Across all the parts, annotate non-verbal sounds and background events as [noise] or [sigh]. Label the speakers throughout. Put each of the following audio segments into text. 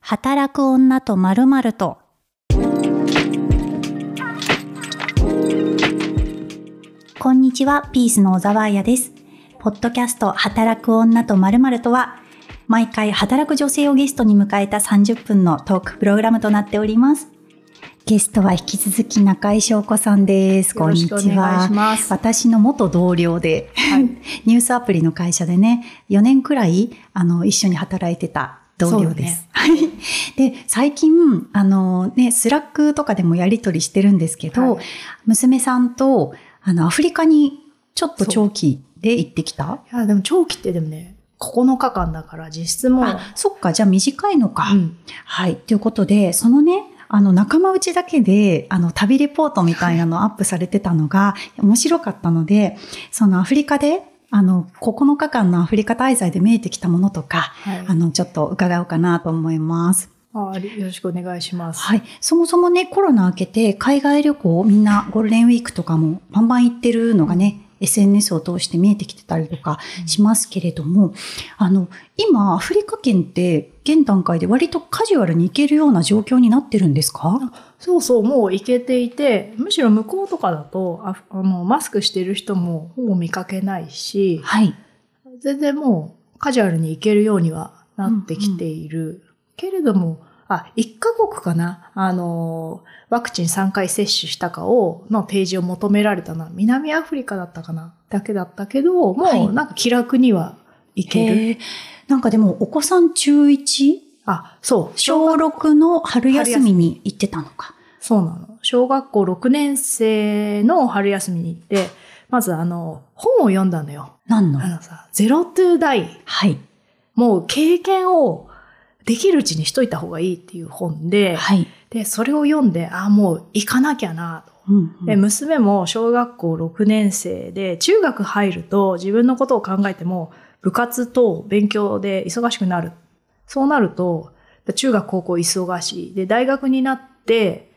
Speaker 1: 働く女とまるまると。こんにちは、ピースの小沢彩です。ポッドキャスト働く女とまるまるとは、毎回働く女性をゲストに迎えた30分のトークプログラムとなっております。ゲストは引き続き中井翔子さんです。こんにち
Speaker 2: よろしくお願いし
Speaker 1: は。
Speaker 2: ます。
Speaker 1: 私の元同僚で、
Speaker 2: はい
Speaker 1: ニュースアプリの会社でね、4年くらい、あの、一緒に働いてた同僚です。はい。で、最近、あのね、スラックとかでもやりとりしてるんですけど、
Speaker 2: はい
Speaker 1: 娘さんと、あの、アフリカにちょっと長期で行ってきた
Speaker 2: いや、でも長期ってでもね、9日間だから実質もう、
Speaker 1: あ、そっか、じゃあ短いのか。
Speaker 2: うん
Speaker 1: はい。ということで、そのね、あの、仲間内だけで、あの、旅レポートみたいなのをアップされてたのが、面白かったので、そのアフリカで、あの、9日間のアフリカ滞在で見えてきたものとか、
Speaker 2: はい
Speaker 1: あの、ちょっと伺おうかなと思います。
Speaker 2: あありよろしくお願いします。
Speaker 1: はい。そもそもね、コロナ明けて、海外旅行、みんなゴールデンウィークとかもバンバン行ってるのがね、SNS を通して見えてきてたりとかしますけれども、あの、今、アフリカ圏って、現段階で割とカジュアルに行けるような状況になってるんですか
Speaker 2: そうそう、もう行けていて、むしろ向こうとかだと、ああのマスクしてる人もほぼ見かけないし、
Speaker 1: はい。
Speaker 2: 全然もうカジュアルに行けるようにはなってきている。けれども、あ、1カ国かなあの、ワクチン3回接種したかを、のページを求められたのは南アフリカだったかなだけだったけ
Speaker 1: は
Speaker 2: ど、も
Speaker 1: いう
Speaker 2: なんか気楽には行ける。
Speaker 1: へえなんかでも、お子さん中 1?
Speaker 2: あ、そう。
Speaker 1: 小
Speaker 2: 学
Speaker 1: 6の春休みに行ってたのか。
Speaker 2: そうなの。小学校6年生の春休みに行って、まずあの、本を読んだのよ。
Speaker 1: 何の
Speaker 2: あのさ、ゼロトゥーダイ。
Speaker 1: はい。
Speaker 2: もう経験をできるうちにしといた方がいいっていう本で、
Speaker 1: はい。
Speaker 2: で、それを読んで、ああ、もう行かなきゃなと。
Speaker 1: うんうん
Speaker 2: で、娘も小学校6年生で、中学入ると自分のことを考えても、部活と勉強で忙しくなる。そうなると、中学高校忙しい。で、大学になって、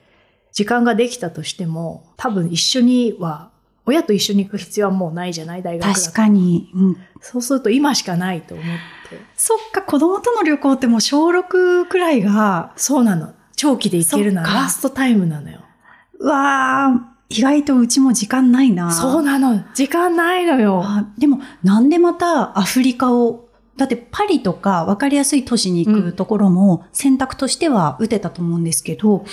Speaker 2: 時間ができたとしても、多分一緒には、親と一緒に行く必要はもうないじゃない大学だと
Speaker 1: 確かに。うん
Speaker 2: そうすると今しかないと思って。
Speaker 1: そっか、子供との旅行ってもう小6くらいが、
Speaker 2: そうなの。長期で行けるのは
Speaker 1: そっか
Speaker 2: ラストタイムなのよ。
Speaker 1: うわー、意外とうちも時間ないな。
Speaker 2: そうなの。時間ないのよ。
Speaker 1: あでも、なんでまたアフリカを、だってパリとか分かりやすい都市に行
Speaker 2: う
Speaker 1: く
Speaker 2: ん
Speaker 1: ところも選択としては打てたと思うんですけど、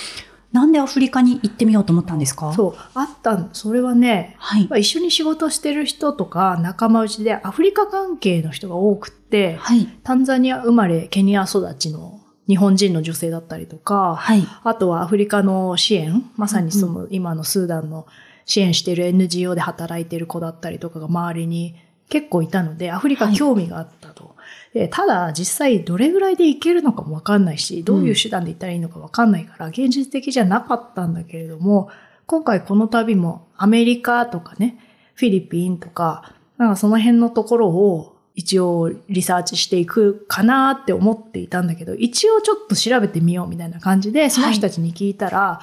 Speaker 1: なんでアフリカに行ってみようと思ったんですかう。
Speaker 2: そう、あったのそれはね、
Speaker 1: はい
Speaker 2: ま。あ一緒に仕事してる人とか仲間内でアフリカ関係の人が多くって、
Speaker 1: はい。
Speaker 2: タンザニア生まれ、ケニア育ちの日本人の女性だったりとか、
Speaker 1: はい。
Speaker 2: あとはアフリカの支援、まさにその今のスーダンの支援してる NGO で働いてる子だったりとかが周りに結構いたので、アフリカ興味があったと。でただ実際どれぐらいで行けるのかもわかんないし、どういう手段で行ったらいいのかわかんないから、現実的じゃなかったんだけれども、今回この旅もアメリカとかね、フィリピンとか、なんかその辺のところを一応リサーチしていくかなって思っていたんだけど、一応ちょっと調べてみようみたいな感じで、その人たちに聞いたら、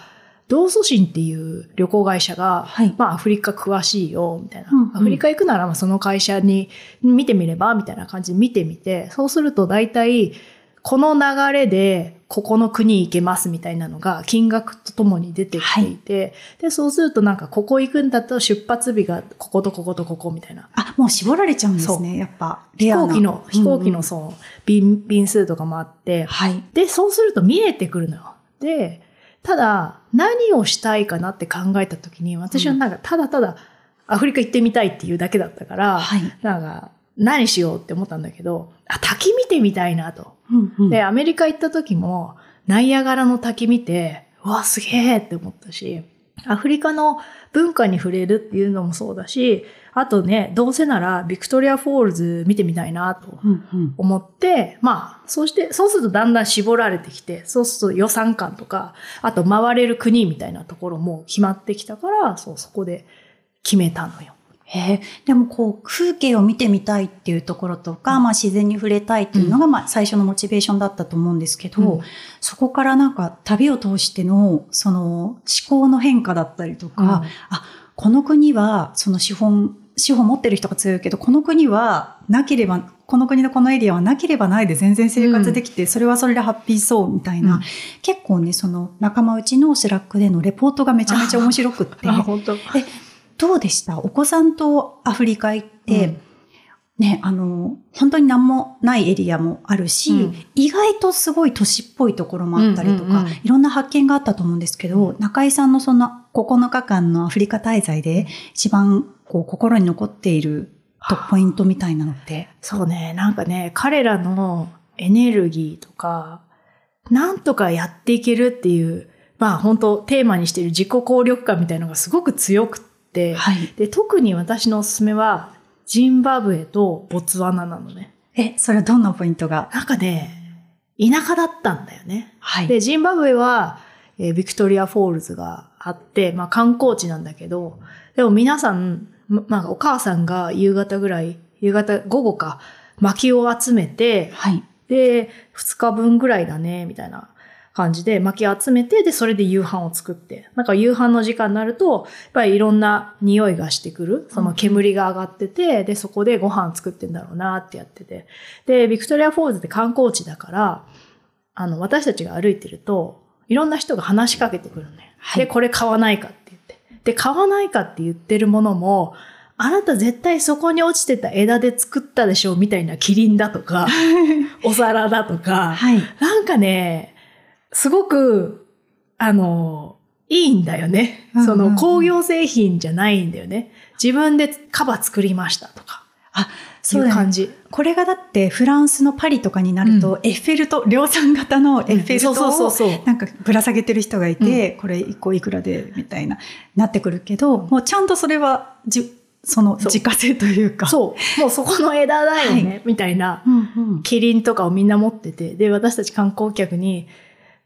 Speaker 2: 同祖神っていう旅行会社が、
Speaker 1: はい
Speaker 2: まあアフリカ詳しいよ、みたいな。
Speaker 1: うんうん
Speaker 2: アフリカ行くならまあその会社に見てみれば、みたいな感じで見てみて、そうすると大体、この流れで、ここの国行けますみたいなのが、金額とともに出てきていて、で、そうするとなんか、ここ行くんだと出発日が、こことこことここみたいな。
Speaker 1: あ、もう絞られちゃうんです
Speaker 2: そ
Speaker 1: ね、やっぱ。
Speaker 2: 飛行機の、飛行機
Speaker 1: うんう
Speaker 2: の
Speaker 1: ん
Speaker 2: その、便、便数とかもあって、
Speaker 1: はい。
Speaker 2: で、そうすると見えてくるのよ。で、ただ、何をしたいかなって考えた時に、私はなんか、ただただ、アフリカ行ってみたいっていうだけだったから、
Speaker 1: はい。
Speaker 2: なんか、何しようって思ったんだけど、あ、滝見てみたいなと。
Speaker 1: うんうん
Speaker 2: で、アメリカ行った時も、ナイアガラの滝見て、うわ、すげえって思ったし、アフリカの文化に触れるっていうのもそうだし、あとね、どうせならビクトリア・フォールズ見てみたいなと
Speaker 1: うんうん
Speaker 2: 思って、まあ、そうして、そうするとだんだん絞られてきて、そうすると予算感とか、あと回れる国みたいなところも決まってきたから、そう、そこで決めたのよ。
Speaker 1: へえでもこう風景を見てみたいっていうところとか、まあ、自然に触れたいっていうのが、まあ、最初のモチベーションだったと思うんですけど、
Speaker 2: うん
Speaker 1: そこからなんか旅を通してのその思考の変化だったりとか、
Speaker 2: うん
Speaker 1: あこの国はその資本資本持ってる人が強いけどこの国はなければこの国のこのエリアはなければないで全然生活できて、それはそれでハッピーそうみたいな、
Speaker 2: うん
Speaker 1: 結構ね、その仲間内のスラックでのレポートがめちゃめちゃ面白くって、
Speaker 2: あ、本当。
Speaker 1: どうでしたお子さんとアフリカ行って、
Speaker 2: うん
Speaker 1: ね、あの、本当に何もないエリアもあるし、
Speaker 2: うん
Speaker 1: 意外とすごい都市っぽいところもあったりとか、
Speaker 2: うんうんうん
Speaker 1: いろんな発見があったと思うんですけど、
Speaker 2: う
Speaker 1: 中井さんのその9日間のアフリカ滞在で一番こう心に残っているとポイントみたいなのって。
Speaker 2: そうね、なんかね、彼らのエネルギーとか、なんとかやっていけるっていう、まあ本当テーマにしている自己効力感みたいのがすごく強くって、
Speaker 1: はい。
Speaker 2: で、特に私のおすすめは、ジンバブエとボツワナなのね。
Speaker 1: え、それはどんなポイントが
Speaker 2: なんかね、田舎だったんだよね。
Speaker 1: はい。
Speaker 2: で、ジンバブエは、えービクトリアフォールズがあって、まあ観光地なんだけど、でも皆さん、ままあお母さんが夕方ぐらい、夕方、午後か、薪を集めて、
Speaker 1: はい。
Speaker 2: で、2日分ぐらいだね、みたいな感じで、薪集めて、で、それで夕飯を作って。なんか夕飯の時間になると、やっぱりいろんな匂いがしてくる。その煙が上がってて、で、そこでご飯作ってんだろうなってやってて。で、ビクトリアフォールズって観光地だから、あの、私たちが歩いてると、いろんな人が話しかけてくるのね。
Speaker 1: はい
Speaker 2: で、これ買わないかって言って。で、買わないかって言ってるものも、あなた絶対そこに落ちてた枝で作ったでしょみたいなキリンだと
Speaker 1: [laughs]
Speaker 2: か、お皿だとか、
Speaker 1: はい。
Speaker 2: なんかね、すごく、あの、いいんだよね
Speaker 1: うんう。ん
Speaker 2: その工業製品じゃないんだよね。自分でカバ作りましたとか、そ
Speaker 1: そうう
Speaker 2: いう
Speaker 1: だね
Speaker 2: 感じ。
Speaker 1: これがだってフランスのパリとかになると、エッフェルと量産型のエッフェル
Speaker 2: そうそう
Speaker 1: 塔
Speaker 2: そう
Speaker 1: を
Speaker 2: そう。
Speaker 1: なんかぶら下げてる人がいて、これ一個いくらでみたいななってくるけど、もうちゃんとそれはじその
Speaker 2: そう
Speaker 1: 自家製というか
Speaker 2: そう。もうそこの枝だよね、みたいな。
Speaker 1: う、んうん、
Speaker 2: キリンとかをみんな持ってて、で、私たち観光客に、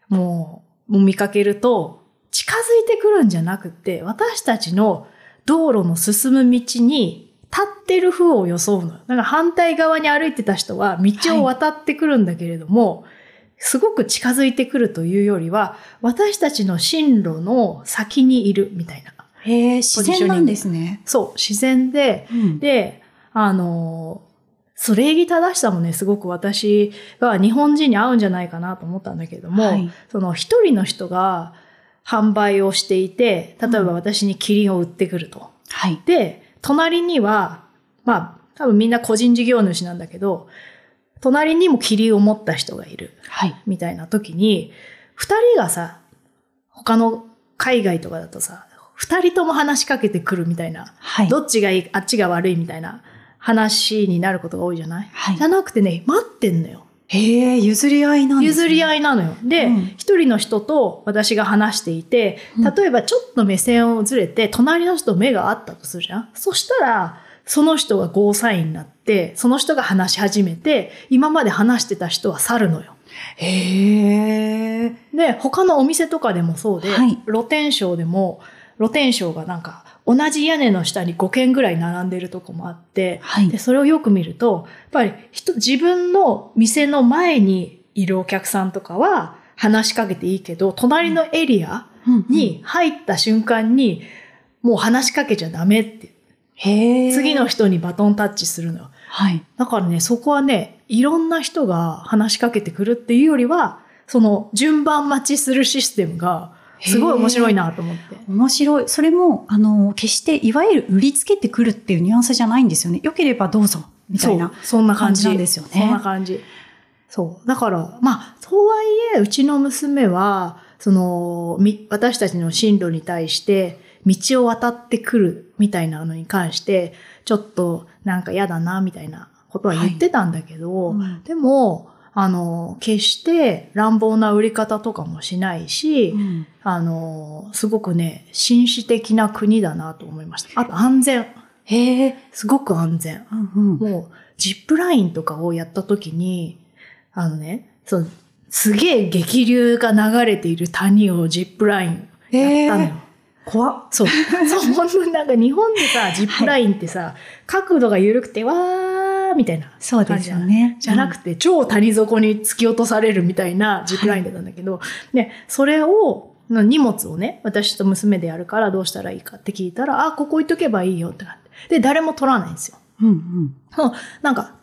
Speaker 2: もう、もう見かけると、近づいてくるんじゃなくて、私たちの道路の進む道に、立ってる風を装うのよ。なんか反対側に歩いてた人は、道を渡ってくるんだけれども、すごく近づいてくるというよりは、私たちの進路の先にいるみたいな。
Speaker 1: へえ自然なんですね。
Speaker 2: そう、自然で、
Speaker 1: うん
Speaker 2: で、あの、そう、礼儀正しさもね、すごく私は日本人に合うんじゃないかなと思ったんだけども、
Speaker 1: はい
Speaker 2: その一人の人が販売をしていて、例えば
Speaker 1: うん
Speaker 2: 私にキリンを売ってくると。
Speaker 1: はい
Speaker 2: で、隣には、まあ、多分みんな個人事業主なんだけど、隣にもキリンを持った人がいる。
Speaker 1: はい
Speaker 2: みたいな時に、二人がさ、他の海外とかだとさ、二人とも話しかけてくるみたいな。
Speaker 1: はい
Speaker 2: [laughs] どっちがいい、あっちが悪いみたいな話になることが多いじゃない
Speaker 1: はい
Speaker 2: じゃなくてね、待ってんのよ。
Speaker 1: へえ譲り合いなんです、ね、
Speaker 2: 譲り
Speaker 1: い
Speaker 2: 合いなのよ。で
Speaker 1: うん、
Speaker 2: 一、人の人と私が話していて
Speaker 1: う、ん
Speaker 2: 例えばちょっと目線をずれて、隣の人と目が合ったとするじゃんそしたら、その人がゴーサインになって、その人が話し始めて、今まで話してた人は去るのよ。
Speaker 1: へえ
Speaker 2: で、他のお店とかでもそうで、
Speaker 1: はい
Speaker 2: 露天商でも、露天商がなんか、同じ屋根の下に5軒ぐらい並んでるとこもあって、
Speaker 1: はい
Speaker 2: で、それをよく見ると、やっぱり人、自分の店の前にいるお客さんとかは話しかけていいけど、隣のエリアに入った瞬間に、もう話しかけちゃダメって、
Speaker 1: へえ
Speaker 2: 次の人にバトンタッチするのよ。
Speaker 1: はい
Speaker 2: だからね、そこはね、いろんな人が話しかけてくるっていうよりは、その順番待ちするシステムが、すごい面白いなと思って。
Speaker 1: 面白いそれもあの決していわゆる売りつけてくるっていうニュアンスじゃないんですよね良ければどうぞみたいな
Speaker 2: そうそんな感
Speaker 1: 感
Speaker 2: じ
Speaker 1: じなんですよね
Speaker 2: そんな感じ。そう。だから、まあ、とはいえ、うちの娘は、その、み、私たちの進路に対して、道を渡ってくるみたいなのに関して、ちょっとなんか嫌だな、みたいなことは言ってたんだけど、
Speaker 1: うん
Speaker 2: でも、あの、決して乱暴な売り方とかもしないし、
Speaker 1: うん
Speaker 2: あの、すごくね、紳士的な国だなと思いました。あと安全。
Speaker 1: へえ
Speaker 2: すごく安全。
Speaker 1: うんうん
Speaker 2: もう、ジップラインとかをやった時に、あのね、そのすげえ激流が流れている谷をジップラインやったのよ。
Speaker 1: え怖っ
Speaker 2: そう。 [laughs] そう、本当になんか日本でさ、ジップラインってさ、角度が緩くて、わーみたいな。
Speaker 1: そうですよね。
Speaker 2: じゃなくて、超谷底に突き落とされるみたいなジップラインだったんだけど、で、それを、の荷物をね、私と娘でやるからどうしたらいいかって聞いた [laughs] ら、あ、ここ置いとけばいいよってなって。で、誰も取らないんですよ。
Speaker 1: うんうん。
Speaker 2: そのなんか、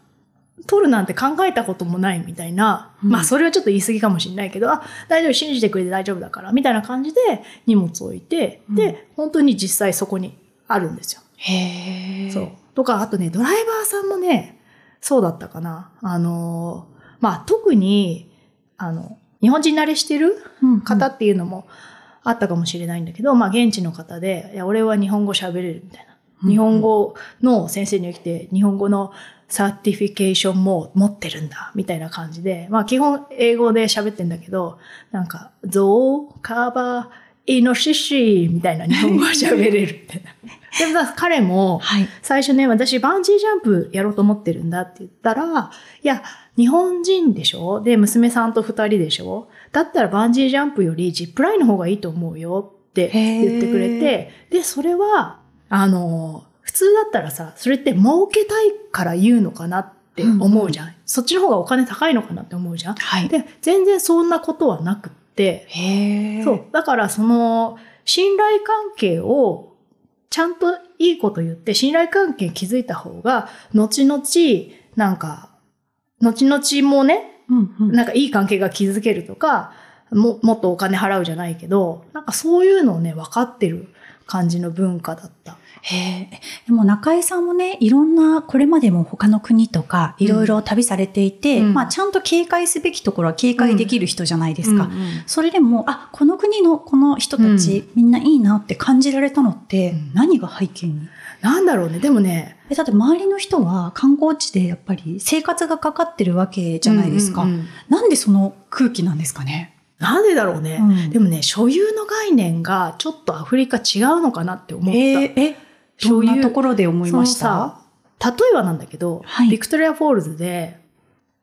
Speaker 2: 取るなんて考えたこともないみたいな、
Speaker 1: うん
Speaker 2: まあそれはちょっと言い過ぎかもしれないけど、あ、大丈夫、信じてくれて大丈夫だから、みたいな感じで荷物を置いて、
Speaker 1: うん
Speaker 2: で、本当に実際そこにあるんですよ。
Speaker 1: へえ。
Speaker 2: そう。。とか、あとね、ドライバーさんもね、そうだったかな。あのーまあ特に、あの、日本人慣れしてる
Speaker 1: うん、
Speaker 2: 方っていうのもあったかもしれないんだけど、まあ現地の方で、いや、俺は日本語喋れるみたいな。
Speaker 1: うん
Speaker 2: 日本。語の先生に来て、日本語のサーティフィケーションも持ってるんだ、みたいな感じで、まあ基本英語で喋ってんだけど、なんか、ゾウ、カバー、イノシシ、みたいな日本語が喋れるみたいな。でもさ彼も、
Speaker 1: はい。
Speaker 2: 最初ね、私バンジージャンプやろうと思ってるんだって言ったら、いや、日本人でしょで、娘さんと二人でしょだったらバンジージャンプよりジップラインの方がいいと思うよっ
Speaker 1: へ
Speaker 2: て
Speaker 1: ー
Speaker 2: 言ってくれて、で、それは、あの、普通だったらさ、それって儲けたいから言うのかなって思うじゃん。そっちの方がお金高いのかなって思うじゃん。
Speaker 1: はい。
Speaker 2: で、全然そんなことはなくって、
Speaker 1: へえ。
Speaker 2: そう。。だからその、信頼関係を、ちゃんといいこと言って、信頼関係築いた方が、後々、なんか、後々もね、
Speaker 1: うんうん。
Speaker 2: なんかいい関係が築けるとか、も、もっとお金払うじゃないけど、なんかそういうのをね、分かってる感じの文化だった。
Speaker 1: へえ。でも中井さんもね、いろんな、これまでも他の国とか、いろいろ旅されていて、
Speaker 2: うん
Speaker 1: まあ、ちゃんと警戒すべきところは警戒できる人じゃないですか。
Speaker 2: うんうん
Speaker 1: それでも、あ、この国のこの人たち、みんないいなって感じられたのって、
Speaker 2: うん
Speaker 1: 何が背景に
Speaker 2: なんだろうね、でもね、
Speaker 1: えだって周りの人は観光地でやっぱり生活がかかってるわけじゃないですか。
Speaker 2: うんうんうん
Speaker 1: なんでその空気なんですかね。
Speaker 2: なんでだろうね、
Speaker 1: うん
Speaker 2: でもね、所有の概念がちょっとアフリカ違うのかなって思った。
Speaker 1: えー、え、ど
Speaker 2: 所
Speaker 1: ん
Speaker 2: 有
Speaker 1: なところで思いまし
Speaker 2: その
Speaker 1: た
Speaker 2: さ例えばなんだけど、
Speaker 1: はい
Speaker 2: ビクトリアフォールズで、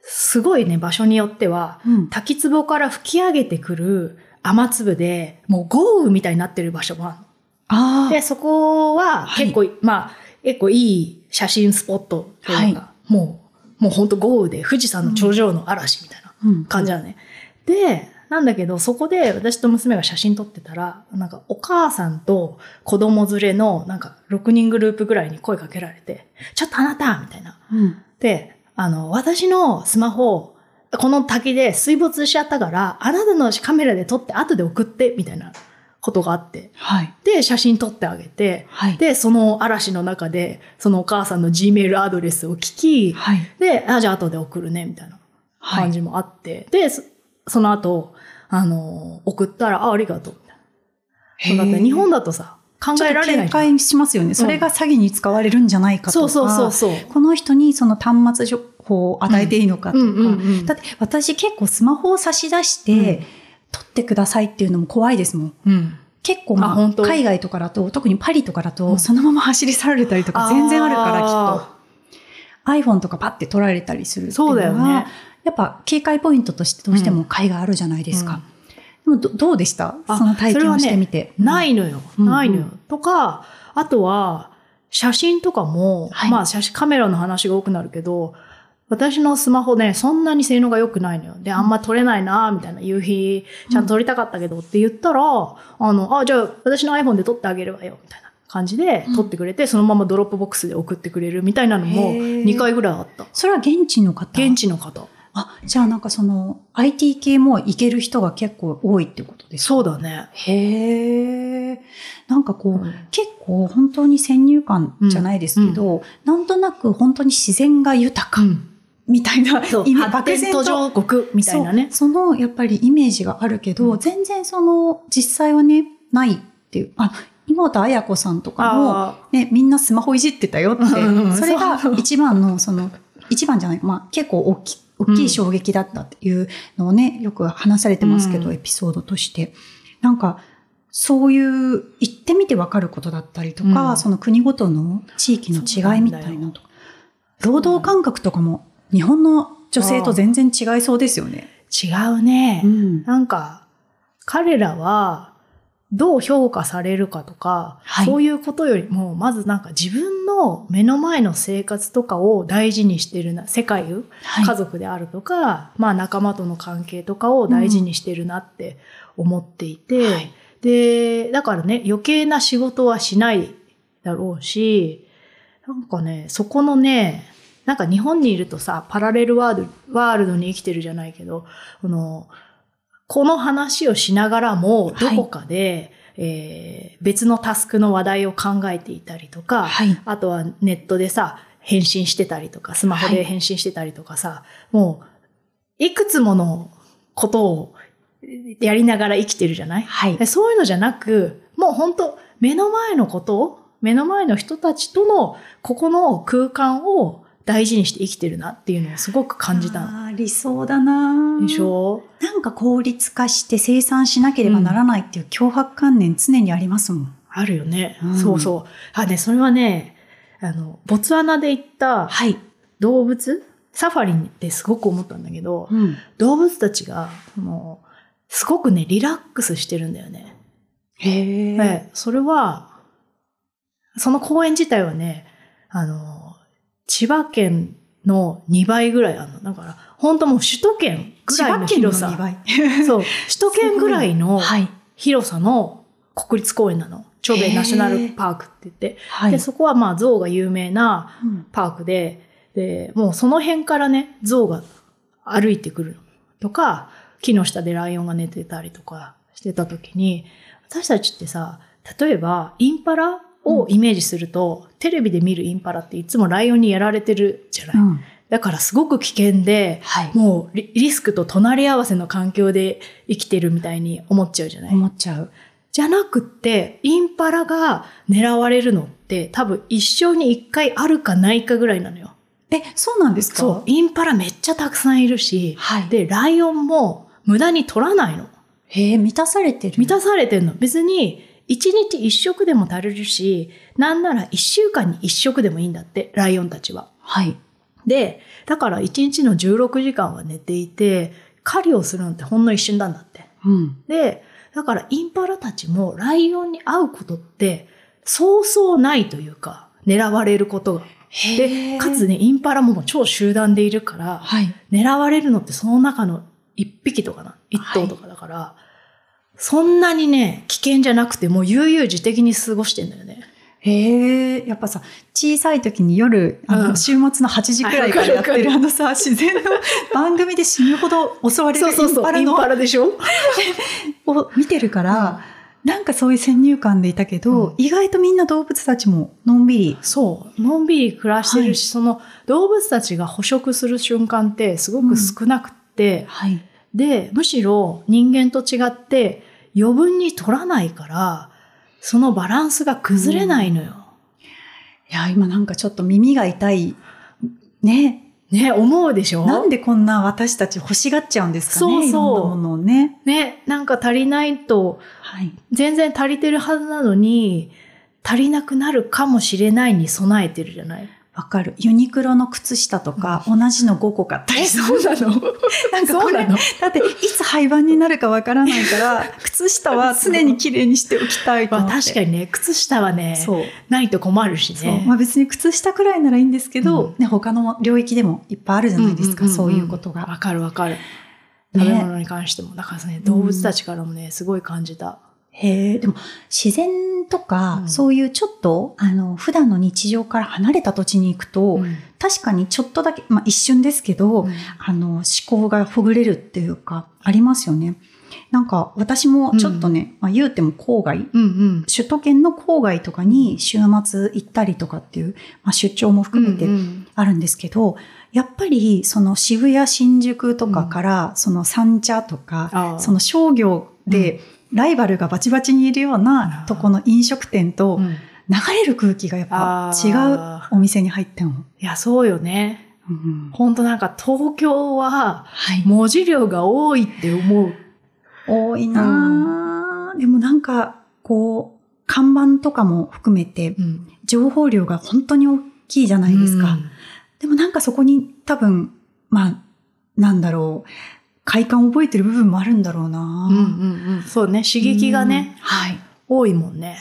Speaker 2: すごいね、場所によっては、
Speaker 1: うん。
Speaker 2: 滝壺から吹き上げてくる雨粒で、もう豪雨みたいになってる場所もあ
Speaker 1: ああ
Speaker 2: る。で、。そこは
Speaker 1: はい
Speaker 2: 結構、まあ、結構いい写真スポットというか、
Speaker 1: はい
Speaker 2: もう、もう本当豪雨で富士山の頂上の嵐みたいな。
Speaker 1: うん
Speaker 2: 感じなのね。で、なんだけど、そこで私と娘が写真撮ってたら、なんかお母さんと子供連れの、なんか6人グループぐらいに声かけられて、ちょっとあなたみたいな。
Speaker 1: うん。
Speaker 2: で、あの、私のスマホ、この滝で水没しちゃったから、あなたのカメラで撮って後で送って、みたいなことがあって。
Speaker 1: はい。
Speaker 2: で、写真撮ってあげて、
Speaker 1: はい。
Speaker 2: で、その嵐の中で、そのお母さんの Gmail アドレスを聞き、
Speaker 1: はい。
Speaker 2: で、あ、じゃあ後で送るね、みたいな。
Speaker 1: は
Speaker 2: 感
Speaker 1: い。
Speaker 2: じもあって、で、そその後、あのー送ったら、あ、ありがとう。そうだって日本
Speaker 1: だ
Speaker 2: だとさ、考
Speaker 1: ちょっ
Speaker 2: えら
Speaker 1: と
Speaker 2: れない
Speaker 1: 警
Speaker 2: じゃん。
Speaker 1: 戒しますよね。それが詐欺に使われるんじゃないかとか。
Speaker 2: そうそうそうそう。
Speaker 1: この人にその端末情報を与えていいのかとか。
Speaker 2: ん
Speaker 1: だって私結構スマホを差し出して、撮ってくださいっていうのも怖いですもん。
Speaker 2: うん
Speaker 1: 結構、ま
Speaker 2: あ
Speaker 1: あ
Speaker 2: 本当
Speaker 1: 海外とかだと、特にパリとかだ
Speaker 2: う
Speaker 1: と、
Speaker 2: ん
Speaker 1: そのまま走り去られたりとか全然あるから、きっ
Speaker 2: あ
Speaker 1: と。iPhone とかパッて撮られたりするってい
Speaker 2: ー
Speaker 1: うの
Speaker 2: そうだよね
Speaker 1: が、。やっぱ警戒ポイントとしてどうしても海があるじゃないですか。でもどどうでした
Speaker 2: あ
Speaker 1: その体験をしてみて。。
Speaker 2: ないいのよ。
Speaker 1: うん
Speaker 2: ないのよ。
Speaker 1: うん
Speaker 2: とか、あとは、写真とかも、
Speaker 1: はい
Speaker 2: まあ写真、カメラの話が多くなるけど、私のスマホね、そんなに性能が良くないのよ。で、あんま撮れないな、みたいな、夕日、ちゃんと撮りたかったけどって言ったら、あの、あ、じゃあ、私の iPhone で撮ってあげるわよ、みたいな感じで
Speaker 1: うん
Speaker 2: 撮ってくれて、そのままドロップボックスで送ってくれるみたいなのも、
Speaker 1: へー
Speaker 2: 2回ぐらいあった。
Speaker 1: それは現地の方
Speaker 2: 現地の方。
Speaker 1: あ、じゃあなんかその IT 系も行ける人が結構多いってことですか
Speaker 2: そうだね。
Speaker 1: へえ。なんかこう、
Speaker 2: うん
Speaker 1: 結構本当に先入観じゃないですけど、なんとなく本当に自然が豊かみたいな、
Speaker 2: そう
Speaker 1: イメ
Speaker 2: 発展途上国みたいなね。
Speaker 1: そうそのやっぱりイメージがあるけど、
Speaker 2: うん
Speaker 1: 全然その実際はね、ないっていう。あ妹彩子さんとかも、
Speaker 2: あ
Speaker 1: ね、みんなスマホいじってたよって、
Speaker 2: うんうんうん
Speaker 1: それが一番のその一番じゃない、まあ、結構大き大きい衝撃だったっていうのをね、よく話されてますけど、
Speaker 2: うん
Speaker 1: エピソードとして。なんかそういう行ってみてわかることだったりとか、
Speaker 2: うん
Speaker 1: その国ごとの地域の違いみた
Speaker 2: そう
Speaker 1: い
Speaker 2: な
Speaker 1: なんとか労働感覚とかも日本の女性と全然違いそうですよね。
Speaker 2: あ、違うね。
Speaker 1: うん
Speaker 2: なんか、彼らは、どう評価されるかとか、
Speaker 1: はい
Speaker 2: そういうことよりも、まずなんか自分の目の前の生活とかを大事にしてるな、世界、
Speaker 1: はい
Speaker 2: 家族であるとか、まあ仲間との関係とかを大事にしてるなって思っていて、
Speaker 1: はい
Speaker 2: で、だからね、余計な仕事はしないだろうし、なんかね、そこのね、なんか日本にいるとさ、パラレルワールドワールドに生きてるじゃないけど、この、この話をしながらも、どこかで、えー別のタスクの話題を考えていたりとか、
Speaker 1: はい。
Speaker 2: あとはネットでさ、返信してたりとか、スマホ
Speaker 1: は
Speaker 2: で
Speaker 1: い
Speaker 2: 返信してたりとかさ、もう、いくつものことをやりながら生きてるじゃない
Speaker 1: はい
Speaker 2: で。そういうのじゃなく、もう本当目の前のことを、目の前の人たちとの、ここの空間を大事にして生きてるなっていうのをすごく感じた
Speaker 1: あー理想だな
Speaker 2: の。
Speaker 1: ー
Speaker 2: でしょ
Speaker 1: なんか効率化して生産しなければならないっていう脅迫観念常にありますもん。
Speaker 2: あるよね、
Speaker 1: うん
Speaker 2: そうそう。あ、ね、それはね、あの、ボツワナで行った
Speaker 1: はい。
Speaker 2: 動物、サファリですごく思ったんだけど、
Speaker 1: うん。
Speaker 2: 動物たちが、もう、すごくね、リラックスしてるんだよね。
Speaker 1: へ
Speaker 2: ええそれは、その公園自体はね、あの、千葉県の2倍ぐらいあるの。だから、本当もう首都圏ぐ
Speaker 1: 千
Speaker 2: らい
Speaker 1: 葉
Speaker 2: の
Speaker 1: 県の
Speaker 2: 広
Speaker 1: 2
Speaker 2: さ。
Speaker 1: 倍。
Speaker 2: そう、首都圏ぐらいの
Speaker 1: はい。
Speaker 2: 広さの国立公園なの。長
Speaker 1: へ
Speaker 2: 米
Speaker 1: え
Speaker 2: ナショナルパークって言って。
Speaker 1: は
Speaker 2: で、そこはまあ、象が有名な
Speaker 1: うん
Speaker 2: パークで、で、もうその辺からね、象が歩いてくるとか、木の下でライオンが寝てたりとかしてた時に、私たちってさ、例えばインパラをイメージすると、テレビで見るインパラっていつもライオンにやられてるじゃない。
Speaker 1: うん
Speaker 2: だからすごく危険で、
Speaker 1: はい。
Speaker 2: もうリリスクと隣り合わせの環境で生きてるみたいに思っちゃうじゃない。
Speaker 1: 思っちゃう。
Speaker 2: じゃなくって、インパラが狙われるのって多分一生に一回あるかないかぐらいなのよ。
Speaker 1: え、そうなんですか
Speaker 2: そう。。インパラめっちゃたくさんいるし、
Speaker 1: はい。
Speaker 2: で、ライオンも無駄に取らないの。
Speaker 1: へえ、満たされてる。
Speaker 2: 満たされてんの。別に、一日一食でも足りるし、なんなら一週間に一食でもいいんだって、ライオンたちは。
Speaker 1: はい。
Speaker 2: で、だから一日の16時間は寝ていて、狩りをするのってほんの一瞬なんだって。
Speaker 1: うん。
Speaker 2: で、だからインパラたちもライオンに会うことって、そうそうないというか、狙われることが。
Speaker 1: へ
Speaker 2: で、
Speaker 1: ー
Speaker 2: かつね、インパラももう超集団でいるから、
Speaker 1: はい。
Speaker 2: 狙われるのってその中の一匹とかな、一頭とかだから、そんなにね、危険じゃなくて、もう悠々自適に過ごしてんだよね。
Speaker 1: へえ、やっぱさ、小さい時に夜、あの、
Speaker 2: うん
Speaker 1: 週末の8時くらいからやって
Speaker 2: はいわか
Speaker 1: る
Speaker 2: る
Speaker 1: あのさ、自然の番組で死ぬほど襲われるインパラ
Speaker 2: イン
Speaker 1: の
Speaker 2: パラでしょ
Speaker 1: を見てるから、なんかそういう先入観でいたけど、
Speaker 2: うん
Speaker 1: 意外とみんな動物たちものんびり。
Speaker 2: そう。のんびり暮らしてるし、その動物たちが捕食する瞬間ってすごく少なくって、
Speaker 1: はい。
Speaker 2: で、むしろ人間と違って余分に取らないから、そのバランスが崩れないのよ。
Speaker 1: いや、今なんかちょっと耳が痛い。ね。
Speaker 2: ね、思うでしょ
Speaker 1: なんでこんな私たち欲しがっちゃうんですかね。
Speaker 2: そうそう
Speaker 1: いろんなものをね。
Speaker 2: ね、なんか足りないと、
Speaker 1: はい。
Speaker 2: 全然足りてるはずなのに、足りなくなるかもしれないに備えてるじゃない
Speaker 1: わかる。ユニクロの靴下とか、同じの5個買ったりする。
Speaker 2: う [laughs] なの
Speaker 1: なんかこれ、だって、いつ廃盤になるかわからない
Speaker 2: [laughs]
Speaker 1: から、靴下は常に綺麗にしておきたいと
Speaker 2: ま
Speaker 1: 思
Speaker 2: あ
Speaker 1: って。
Speaker 2: 確かにね、靴下はね、
Speaker 1: そう。
Speaker 2: ないと困るし
Speaker 1: そう。ま
Speaker 2: ね。
Speaker 1: あ別に靴下くらいならいいんですけど、
Speaker 2: うん
Speaker 1: ね、他の領域でもいっぱいあるじゃないですか、
Speaker 2: んんんん
Speaker 1: そういうことが。
Speaker 2: わかるわかる。
Speaker 1: ね
Speaker 2: 食べ物に関しても。だからね、動物たちからもね、すごい感じた。
Speaker 1: へえ、でも自然とか、
Speaker 2: うん
Speaker 1: そういうちょっと、あの、普段の日常から離れた土地に行くと、
Speaker 2: うん
Speaker 1: 確かにちょっとだけ、まあ一瞬ですけど、あの、思考がほぐれるっていうか、ありますよね。なんか私もちょっとね、まあ言うても郊外、
Speaker 2: うんうん。
Speaker 1: 首都圏の郊外とかに週末行ったりとかっていう、まあ出張も含めて
Speaker 2: うんうん
Speaker 1: あるんですけど、やっぱりその渋谷、新宿とかから、その三茶と
Speaker 2: あ
Speaker 1: か
Speaker 2: あ、
Speaker 1: その商業で、ライバルがバチバチにいるような
Speaker 2: ああ
Speaker 1: とこの飲食店と
Speaker 2: うん
Speaker 1: 流れる空気がやっぱ違う
Speaker 2: あー
Speaker 1: お店に入っても。
Speaker 2: いや、そうよね。
Speaker 1: うん
Speaker 2: ほんとなんか東京は
Speaker 1: はい。
Speaker 2: 文字量が多いって思う。
Speaker 1: 多いな、あでもなんか、こう、看板とかも含めて、
Speaker 2: うん。
Speaker 1: 情報量が本当に大きいじゃないですか。でもなんかそこに多分、まあ、なんだろう、快感を覚えてる部分もあるんだろうな。
Speaker 2: うん。うんうんうん。そうね。刺激がね、
Speaker 1: うん。はい。
Speaker 2: 多いもんね。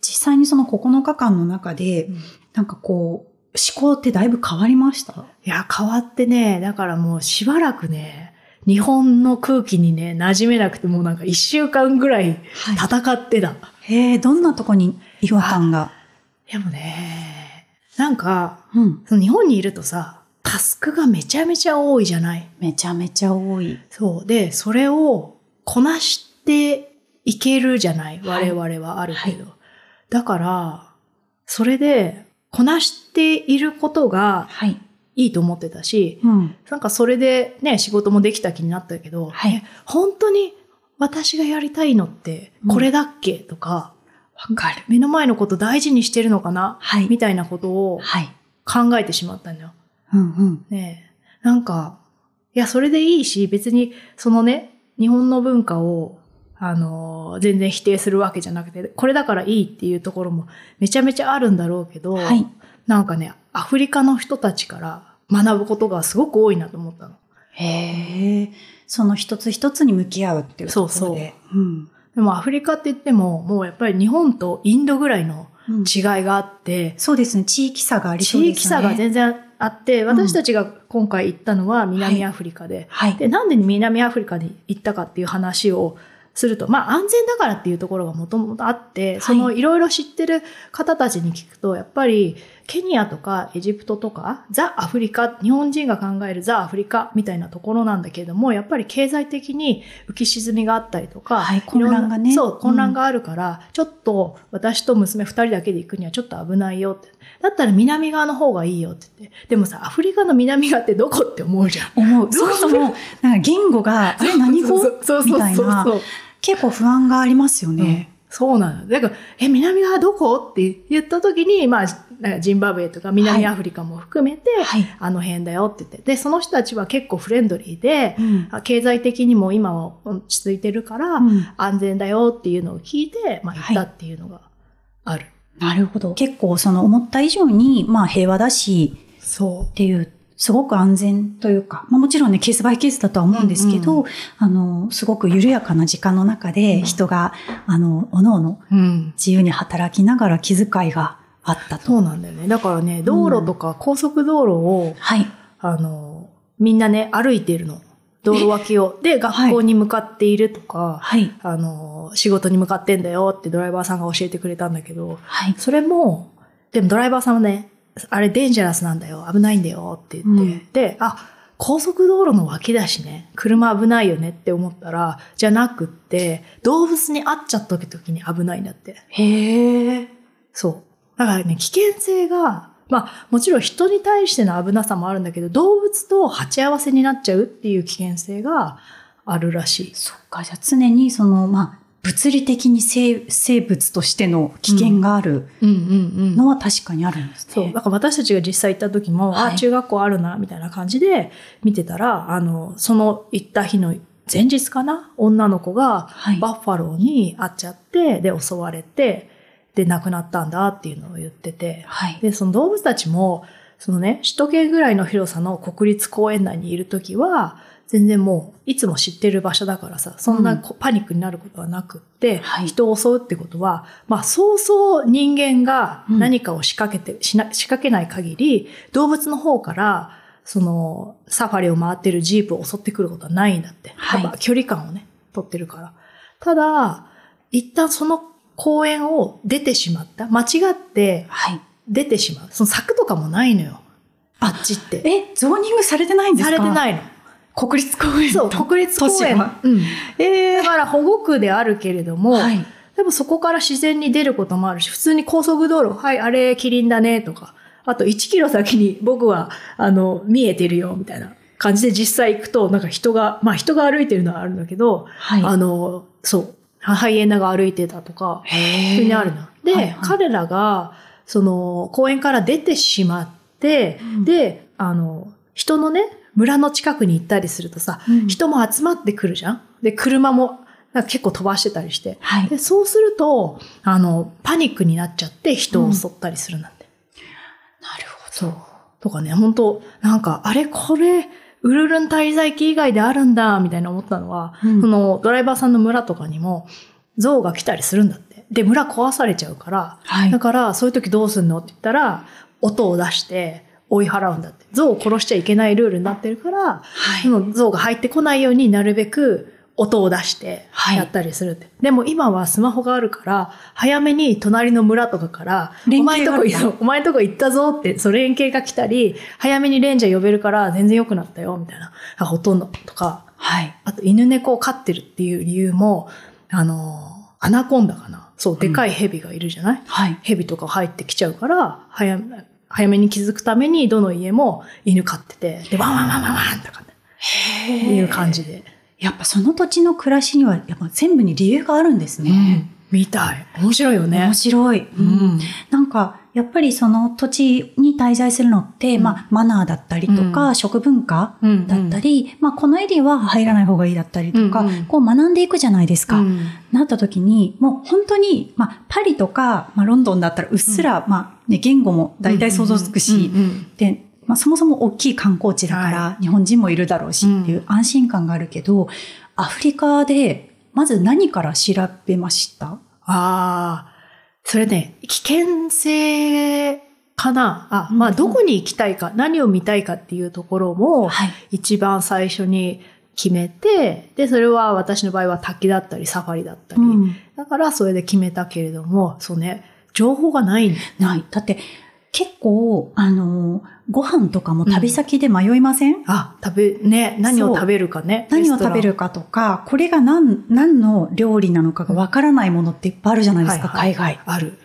Speaker 1: 実際にその9日間の中で、
Speaker 2: い
Speaker 1: なんかこう、思考ってだいぶ変わりました
Speaker 2: や、変わってね、だからもうしばらくね、日本の空気にね、馴染めなくてもうなんか一週間ぐらい
Speaker 1: は
Speaker 2: 戦ってた。
Speaker 1: い。へえ、どんなとこに違和感が。
Speaker 2: でもね、なんか、
Speaker 1: うん。
Speaker 2: その日本にいるとさ、タスクがめちゃめちゃ多いじゃない
Speaker 1: めちゃめちゃ多い。
Speaker 2: そう。で、それをこなしていけるじゃない
Speaker 1: は
Speaker 2: 我
Speaker 1: い
Speaker 2: 々はあるけど。だから、それで、こなしていることが
Speaker 1: はい。
Speaker 2: いいと思ってたし、
Speaker 1: うん。
Speaker 2: なんかそれでね、仕事もできた気になったけど、
Speaker 1: はい
Speaker 2: え本当に私がやりたいのってこれだっけ、とか、
Speaker 1: わかる。
Speaker 2: 目の前のこと大事にしてるのかな
Speaker 1: はい。
Speaker 2: みたいなことを
Speaker 1: はい。
Speaker 2: 考えてしまったんだよ。
Speaker 1: うんうん。
Speaker 2: ねえなんか、いや、それでいいし、別に、そのね、日本の文化を、あのー全然否定するわけじゃなくて、これだからいいっていうところもめちゃめちゃあるんだろうけど、
Speaker 1: はい。
Speaker 2: なんかね、アフリカの人たちから学ぶことがすごく多いなと思ったの。
Speaker 1: へえ。その一つ一つに向き合うっていうところで。。
Speaker 2: そうそう
Speaker 1: ん。
Speaker 2: でもアフリカって言っても、もうやっぱり日本とインドぐらいの
Speaker 1: うん
Speaker 2: 違いがあって、
Speaker 1: そうですね。地域差がありそう
Speaker 2: 地
Speaker 1: ですね。
Speaker 2: 域差が全然あって、
Speaker 1: ん
Speaker 2: 私たちが今回行ったのは南アフリカで、
Speaker 1: はい。
Speaker 2: で、なんで南アフリカに行ったかっていう話をすると、まあ安全だからっていうところがもともとあって、
Speaker 1: い
Speaker 2: そのいろいろ知ってる方たちに聞くと、やっぱりケニアとかエジプトとかザ・アフリカ、日本人が考えるザ・アフリカみたいなところなんだけれども、やっぱり経済的に浮き沈みがあったりとか、
Speaker 1: はい
Speaker 2: ろん
Speaker 1: 混
Speaker 2: な
Speaker 1: 乱がね
Speaker 2: そう、混乱があるから、ちょっと私と娘二人だけで行くにはちょっと危ないよって。だったら南側の方がいいよって言って。でもさ、アフリカの南側ってどこって思うじゃん。
Speaker 1: 思う。そもそも、なんか言語が、あれ何語
Speaker 2: そうそうそう
Speaker 1: みたいな
Speaker 2: そうそう
Speaker 1: 結構不安がありますよね。
Speaker 2: そうなの。だから、え、南側どこって言った時に、まあ、なんかジンバブエとか南アフリカも含めて、
Speaker 1: はい。
Speaker 2: あの辺だよって言って。で、その人たちは結構フレンドリーで、
Speaker 1: うん
Speaker 2: あ経済的にも今は落ち着いてるから、
Speaker 1: うん
Speaker 2: 安全だよっていうのを聞いて、まあ、行ったっていうのがある。
Speaker 1: なるほど。結構その思った以上に、まあ平和だし、
Speaker 2: そ
Speaker 1: っていう、すごく安全というか、まあもちろんね、ケースバイケースだとは思うんですけど、
Speaker 2: うん
Speaker 1: あの、すごく緩やかな時間の中
Speaker 2: う
Speaker 1: で
Speaker 2: ん
Speaker 1: 人が、あの、おのおの
Speaker 2: う。うん。
Speaker 1: 自由に働きながら気遣いがあったと。
Speaker 2: そうなんだよね。だからね、道路とか高速道路を、
Speaker 1: はい。
Speaker 2: あの、みんなね、歩いてるの。道路脇を。で、学校に向かっているとか、
Speaker 1: はい。
Speaker 2: あの、仕事に向かってんだよってドライバーさんが教えてくれたんだけど、
Speaker 1: はい。
Speaker 2: それも、でもドライバーさんはね、あれデンジャラスなんだよ、危ないんだよって言って、
Speaker 1: うん
Speaker 2: で、あ、高速道路の脇だしね、車危ないよねって思ったら、じゃなくって、動物に会っちゃった時に危ないんだって。
Speaker 1: へえ。
Speaker 2: そう。だからね、危険性が、まあ、もちろん人に対しての危なさもあるんだけど、動物と鉢合わせになっちゃうっていう危険性があるらしい。
Speaker 1: そっか、じゃあ常にその、まあ、物理的に生生物としての危険がある
Speaker 2: うんうん
Speaker 1: のは確かにあるんですね。
Speaker 2: そう。だから私たちが実際行った時も、
Speaker 1: はい
Speaker 2: あ、中学校あるな、みたいな感じで見てたら、あの、その行った日の前日かな、女の子が
Speaker 1: はい。
Speaker 2: バッファローに会っちゃって、で、襲われて、で、亡くなったんだっていうのを言ってて、
Speaker 1: はい。
Speaker 2: で、その動物たちも、そのね、首都圏ぐらいの広さの国立公園内にいるときは、全然もう、いつも知ってる場所だからさ、そんなこパニックになることはなくって、
Speaker 1: はい
Speaker 2: 人を襲うってことは、まあ、そうそう人間が
Speaker 1: うん
Speaker 2: 何かを仕掛けて、しな仕掛けない限り、動物の方から、その、サファリを回ってるジープを襲ってくることはないんだって。
Speaker 1: はい
Speaker 2: やっぱ距離感をね、取ってるから。ただ、一旦その公園を出てしまった。間違って、
Speaker 1: はい。
Speaker 2: 出てしまう。その柵とかもないのよ。あ
Speaker 1: あ
Speaker 2: っちって。
Speaker 1: え、ゾーニングされてないんです
Speaker 2: さ
Speaker 1: か
Speaker 2: れて
Speaker 1: い。
Speaker 2: ないの。
Speaker 1: 国立公園
Speaker 2: そう、
Speaker 1: と
Speaker 2: 国立公
Speaker 1: 都市
Speaker 2: 園
Speaker 1: は。
Speaker 2: うん
Speaker 1: え
Speaker 2: だ
Speaker 1: ー
Speaker 2: から保護区であるけれども、
Speaker 1: はい。
Speaker 2: でもそこから自然に出ることもあるし、普通に高速道路、はい、あれ、キリンだね、とか、あと1キロ先に僕は、あの、見えてるよ、みたいな感じで実際行くと、なんか人が、まあ人が歩いてるのはあるんだけど、
Speaker 1: は
Speaker 2: あの、そう、ハイエナが歩いてたとか
Speaker 1: い。、へ
Speaker 2: 普通にあるな。で、
Speaker 1: はいはい
Speaker 2: 彼らが、その、公園から出てしまって、
Speaker 1: うん
Speaker 2: で、あの、人のね、村の近くに行ったりするとさ、
Speaker 1: うん
Speaker 2: 人も集まってくるじゃんで、車も、なんか結構飛ばしてたりして。
Speaker 1: はい
Speaker 2: で、。そうすると、あの、パニックになっちゃって人を襲ったりするなんて。
Speaker 1: なるほど。
Speaker 2: そう。とかね、本当なんか、あれ、これ、ウルルン滞在期以外であるんだ、みたいな思ったのは、
Speaker 1: うん
Speaker 2: その、ドライバーさんの村とかにも、象が来たりするんだって。で、村壊されちゃうから、
Speaker 1: はい
Speaker 2: だ。から、そういう時どうすんのって言ったら、音を出して追い払うんだって。象を殺しちゃいけないルールになってるから、
Speaker 1: は
Speaker 2: その象が入ってこないようになるべく音を出してやったりするって、でも今はスマホがあるから、早めに隣の村とかから、お
Speaker 1: 連
Speaker 2: 前
Speaker 1: 携
Speaker 2: と
Speaker 1: が
Speaker 2: こ行お前とこ行ったぞって、そう連携が来たり、早めにレンジャー呼べるから全然良くなったよ、みたいな。あほとんどとか、
Speaker 1: はい。
Speaker 2: あと犬猫を飼ってるっていう理由も、あの、アナコンダかな。そう、でかいヘビがいるじゃない、
Speaker 1: はい。
Speaker 2: ヘビとか入ってきちゃうから、早め、早めに気づくために、どの家も犬飼ってて、で、ワンワンワンワンワンとかね、いう感じで。
Speaker 1: やっぱその土地の暮らしには、やっぱ全部に理由があるんです
Speaker 2: うん
Speaker 1: ね。
Speaker 2: 見たい。面白いよね
Speaker 1: 面。白い。
Speaker 2: う
Speaker 1: うん
Speaker 2: ん。
Speaker 1: なんか、やっぱりその土地に滞在するのって、
Speaker 2: うん
Speaker 1: まあ、マナーだったりとか、食文化
Speaker 2: うん
Speaker 1: だったり、まあ、このエリアは入らない方がいいだったりとか、
Speaker 2: うんうん
Speaker 1: こう学んでいくじゃないですか。
Speaker 2: うん
Speaker 1: なった時に、もう本当に、まあ、パリとか、まあ、ロンドンだったらうっすら、まあ、ね、言語も大体想像つくし、
Speaker 2: うんうん
Speaker 1: で、まあ、そもそも大きい観光地だから、日本人もいるだろうしっていう安心感があるけど、アフリカで、まず何から調べました
Speaker 2: ああ、それね、危険性かな。あ、まあ、
Speaker 1: うん
Speaker 2: どこに行きたいか、何を見たいかっていうところも、
Speaker 1: はい。
Speaker 2: 一番最初に決めて、で、それは私の場合は滝だったり、サファリだったり、
Speaker 1: うん
Speaker 2: だからそれで決めたけれども、そうね、情報がないんだよ
Speaker 1: ない。だって、結構、あの、ご飯とかも旅先で迷いません、
Speaker 2: あ、食べ、ね、何を食べるかね。
Speaker 1: 何を
Speaker 2: レストラ
Speaker 1: 食
Speaker 2: ン
Speaker 1: べるかとか、これが何、何の料理なのかがわからないものっていっぱいあるじゃないですか、
Speaker 2: はいはい
Speaker 1: 海外。
Speaker 2: ある。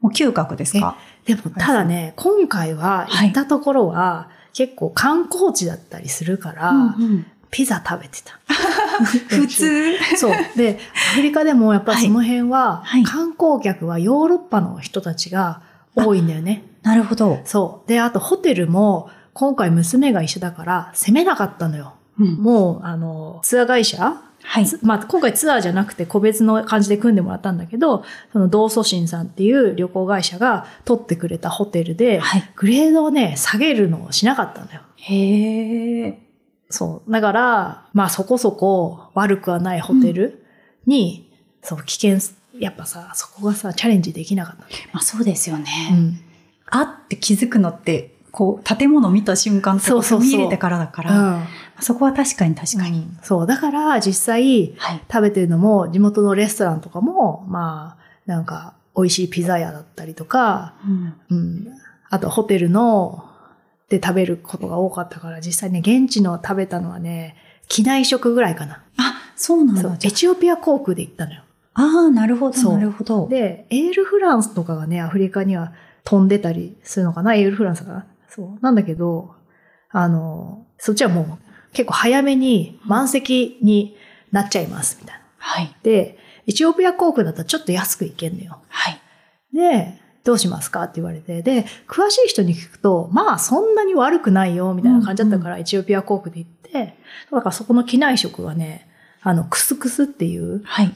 Speaker 1: もう嗅覚ですか
Speaker 2: でも、ただね、今回は行ったところは、結構観光地だったりするから、
Speaker 1: うん
Speaker 2: [laughs]
Speaker 1: うん
Speaker 2: ピザ食べてた。
Speaker 1: [laughs] 普通。
Speaker 2: [laughs] そう。で、アフリカでもやっぱ
Speaker 1: はい
Speaker 2: その辺は、
Speaker 1: はい
Speaker 2: 観光客はヨーロッパの人たちが多いんだよね。
Speaker 1: なるほど。
Speaker 2: そう。で、あとホテルも、今回娘が一緒だから、攻めなかったのよ。
Speaker 1: うん
Speaker 2: もう、あの、ツアー会社、
Speaker 1: はい。
Speaker 2: つまあ、今回ツアーじゃなくて個別の感じで組んでもらったんだけど、その同祖神さんっていう旅行会社が取ってくれたホテルで、
Speaker 1: はい。
Speaker 2: グレードをね、下げるのをしなかったんだよ。
Speaker 1: へえ。
Speaker 2: そう。だから、まあそこそこ悪くはないホテルに、そう、危険す、やっぱさ、そこがさ、チャレンジできなかったんだよね。
Speaker 1: まあそうですよね。
Speaker 2: うん。
Speaker 1: あって気づくのって、こう、建物見た瞬間
Speaker 2: そ
Speaker 1: と
Speaker 2: う
Speaker 1: か
Speaker 2: そうそ
Speaker 1: 踏
Speaker 2: う
Speaker 1: み入れてからだから、
Speaker 2: うん
Speaker 1: そこは確かに確かに。
Speaker 2: うんそう。だから、実際、
Speaker 1: はい。
Speaker 2: 食べてるのも、地元のレストランとかも、まあ、なんか、美味しいピザ屋だったりとか、
Speaker 1: うん
Speaker 2: うん。あと、ホテルの、で食べることが多かったから、実際ね、現地の食べたのはね、機内食ぐらいかな。
Speaker 1: あ、そうなん
Speaker 2: そう
Speaker 1: だ。。じ
Speaker 2: エ
Speaker 1: ゃ
Speaker 2: チオピア航空で行ったのよ。
Speaker 1: ああー、なるほ
Speaker 2: そ
Speaker 1: ど、
Speaker 2: う
Speaker 1: なるほど。
Speaker 2: で、エールフランスとかがね、アフリカには飛んでたりするのかな、エールフランスが。そう。なんだけど、あの、そっちはもう結構早めに満席になっちゃいます、みたいな。
Speaker 1: はい。
Speaker 2: で、エチオピア航空だったらちょっと安く行けんのよ。
Speaker 1: はい。
Speaker 2: で、どうしますかって言われて。で、詳しい人に聞くと、まあそんなに悪くないよ、みたいな感じだったから、エチオピア航空で行って、だからそこの機内食がね、あの、クスクスっていう、
Speaker 1: はい。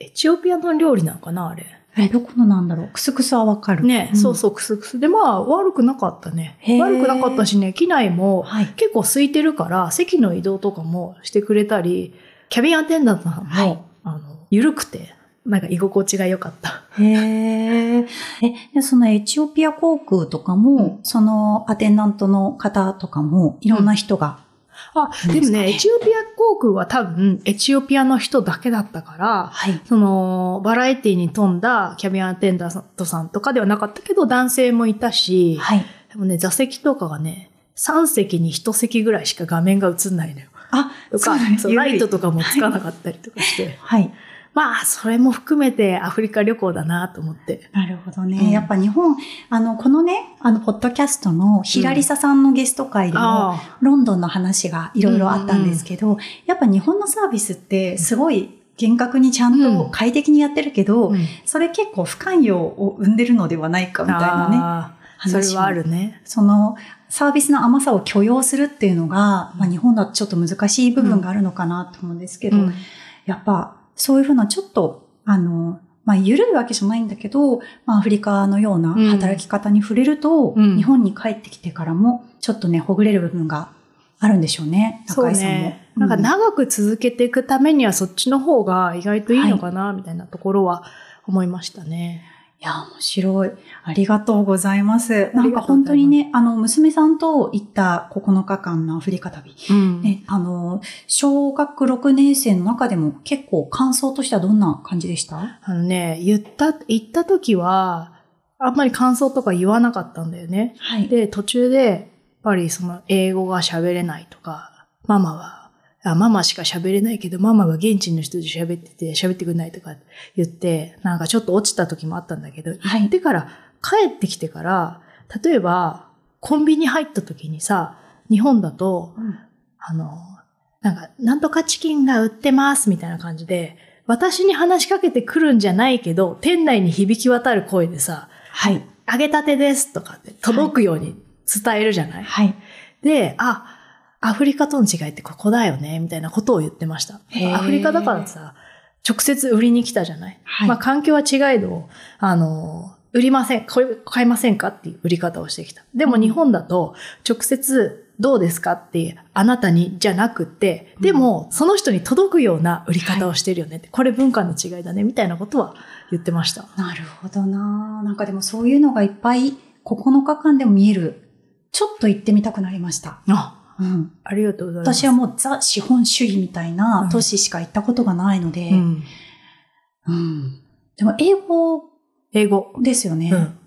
Speaker 2: エチオピアの料理なのかな、あれ。
Speaker 1: え、どこのなんだろう。クスクスはわかる。
Speaker 2: ね、
Speaker 1: ん
Speaker 2: そうそう、クスクス。で、まあ、悪くなかったね
Speaker 1: へ。ー
Speaker 2: 悪くなかったしね、機内も
Speaker 1: はい。
Speaker 2: 結構空いてるから、席の移動とかもしてくれたり、キャビンアテンダントさんも、
Speaker 1: はい
Speaker 2: あの、緩くて、なんか居心地が良かった。
Speaker 1: へえ。え、でそのエチオピア航空とかも、そのアテンダントの方とかも、いろんな人が。
Speaker 2: あ、
Speaker 1: うん
Speaker 2: でも
Speaker 1: そう
Speaker 2: ね、
Speaker 1: ね
Speaker 2: エチオピア航空は多分、エチオピアの人だけだったから、
Speaker 1: はい。
Speaker 2: その、バラエティに富んだキャビンアテンダントさんとかではなかったけど、男性もいたし、
Speaker 1: はい。
Speaker 2: でもね、座席とかがね、3席に1席ぐらいしか画面が映んないのよ。
Speaker 1: あ、
Speaker 2: とか、
Speaker 1: なんです
Speaker 2: そうライトとかもつか
Speaker 1: はい
Speaker 2: なかったりとかして、
Speaker 1: はい。
Speaker 2: まあ、それも含めてアフリカ旅行だなと思って。
Speaker 1: なるほどね。
Speaker 2: うん
Speaker 1: やっぱ日本、あの、このね、あの、ポッドキャストのひらりささんのゲスト会でも、
Speaker 2: あ
Speaker 1: ロンドンの話がいろいろあったんですけど、やっぱ日本のサービスってすごい厳格にちゃんと快適にやってるけど、
Speaker 2: あ、み
Speaker 1: それ結構不寛容を生んでるのではないかみたいなね。
Speaker 2: ね。そ
Speaker 1: 話も
Speaker 2: れはあるね。
Speaker 1: そのサービスの甘さを許容するっていうのが、まあ、日本だとちょっと難しい部分があるのかなと思うんですけど、
Speaker 2: うん
Speaker 1: やっぱそういうふうなちょっと、あの、まあ、緩いわけじゃないんだけど、まあ、アフリカのような
Speaker 2: うん
Speaker 1: 働き方に触れると、
Speaker 2: うん
Speaker 1: 日本に帰ってきてからも、ちょっとね、ほぐれる部分があるんでしょうね、
Speaker 2: そ
Speaker 1: 中
Speaker 2: う
Speaker 1: 井さんも。
Speaker 2: ね。なんか
Speaker 1: う
Speaker 2: 長く続けていくためにはそっちの方が意外といいのかな、みたいなところは思いましたね。
Speaker 1: んいや、面白い。ありがとうございます。
Speaker 2: あ
Speaker 1: な
Speaker 2: り
Speaker 1: ん
Speaker 2: が
Speaker 1: か
Speaker 2: とうございます
Speaker 1: 本当にね、あの、娘さんと行った9日間のアフリカ旅。
Speaker 2: うん
Speaker 1: ね、あの、小学6年生の中でも結構感想としてはどんな感じでした
Speaker 2: あのね、言った、行った時は、あんまり感想とか言わなかったんだよね。
Speaker 1: はい。
Speaker 2: で、途中で、やっぱりその英語が喋れないとか、ママは、あママしか喋れないけど、ママは現地の人で喋ってて、喋ってくれないとか言って、なんかちょっと落ちた時もあったんだけど、
Speaker 1: はい。
Speaker 2: でから、帰ってきてから、例えば、コンビニ入った時にさ、日本だと、あの、なんか、なんとかチキンが売ってますみたいな感じで、私に話しかけてくるんじゃないけど、店内に響き渡る声でさ、
Speaker 1: はい。
Speaker 2: 揚げたてですとかって届くように伝えるじゃない、
Speaker 1: はい。
Speaker 2: で、あ、アフリカとの違いってここだよね、みたいなことを言ってました
Speaker 1: へ。ー
Speaker 2: アフリカだからさ、直接売りに来たじゃない、
Speaker 1: はい
Speaker 2: まあ環境は違いど、あの、売りません、これ買いませんかっていう売り方をしてきた。でも日本だと、直接どうですかって、あなたにじゃなくて、でもその人に届くような売り方をしてるよねって、これ文化の違いだね、みたいなことは言ってました。
Speaker 1: なるほどななんかでもそういうのがいっぱい9日間でも見える。ちょっと行ってみたくなりました。
Speaker 2: あ、
Speaker 1: うん。
Speaker 2: ありがとうございます。
Speaker 1: 私はもうザ資本主義みたいな都市しか行ったことがないので、
Speaker 2: う
Speaker 1: うん。
Speaker 2: ん
Speaker 1: でも英語
Speaker 2: 英語。
Speaker 1: ですよね。
Speaker 2: うん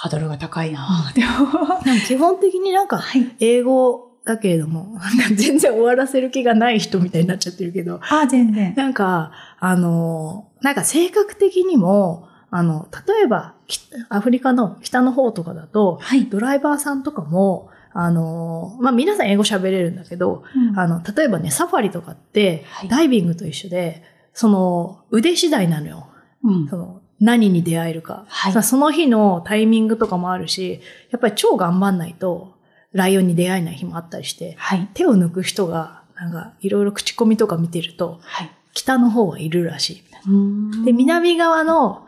Speaker 1: ハードルが高いなでも、
Speaker 2: でも基本的になんか、
Speaker 1: はい。
Speaker 2: 英語だけれども、なんか全然終わらせる気がない人みたいになっちゃってるけど、
Speaker 1: ああ、全然。
Speaker 2: なんか、あの、なんか性格的にも、あの、例えば、きアフリカの北の方とかだと、
Speaker 1: はい。
Speaker 2: ドライバーさんとかも、あの、まあ、皆さん英語喋れるんだけど、あの、例えばね、サファリとかって
Speaker 1: はい、
Speaker 2: ダイビングと一緒で、その、腕次第なのよ。
Speaker 1: うん
Speaker 2: その、何に出会えるか。
Speaker 1: はい
Speaker 2: まあその日のタイミングとかもあるし、やっぱり超頑張んないと、ライオンに出会えない日もあったりして、
Speaker 1: はい。
Speaker 2: 手を抜く人が、なんか、いろいろ口コミとか見てると、
Speaker 1: はい。
Speaker 2: 北の方はいるらしい。
Speaker 1: で、
Speaker 2: で、
Speaker 1: みんな、
Speaker 2: 南側の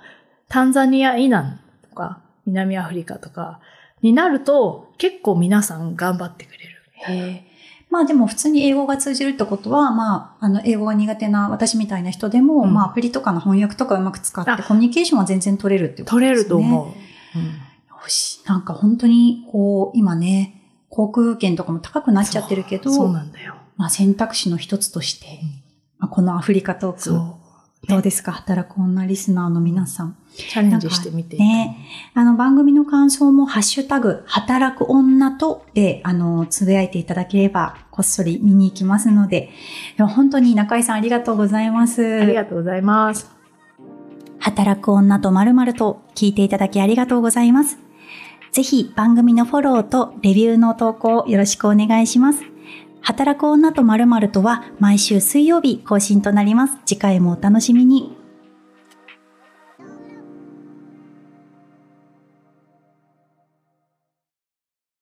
Speaker 2: タンザニア以南とか、南アフリカとかになると、結構皆さん頑張ってくれる。
Speaker 1: へーまあでも普通に英語が通じるってことは、まあ、あの、英語が苦手な私みたいな人でも、
Speaker 2: うん
Speaker 1: まあアプリとかの翻訳とかうまく使って
Speaker 2: あ
Speaker 1: コミュニケーションは全然取れるっていうこと
Speaker 2: 取
Speaker 1: ですね。
Speaker 2: れると思う。うん
Speaker 1: よし。なんか本当に、こう、今ね、航空券とかも高くなっちゃってるけど、
Speaker 2: そうそうなんだよ。
Speaker 1: まあ選択肢の一つとして、
Speaker 2: うん
Speaker 1: まあ、このアフリカトーク、
Speaker 2: そう。
Speaker 1: どうですか働く女リスナーの皆さん。
Speaker 2: チャレンジしてみていいと思う。
Speaker 1: ね、あの番組の感想もハッシュタグ、働く女とで、あの、つぶやいていただければ、こっそり見に行きますので、でも本当に中井さんありがとうございます。
Speaker 2: ありがとうございます。
Speaker 1: 働く女とまるまると聞いていただきありがとうございます。ぜひ番組のフォローとレビューの投稿よろしくお願いします。働く女とまるまるとは毎週水曜日更新となります。次回もお楽しみに。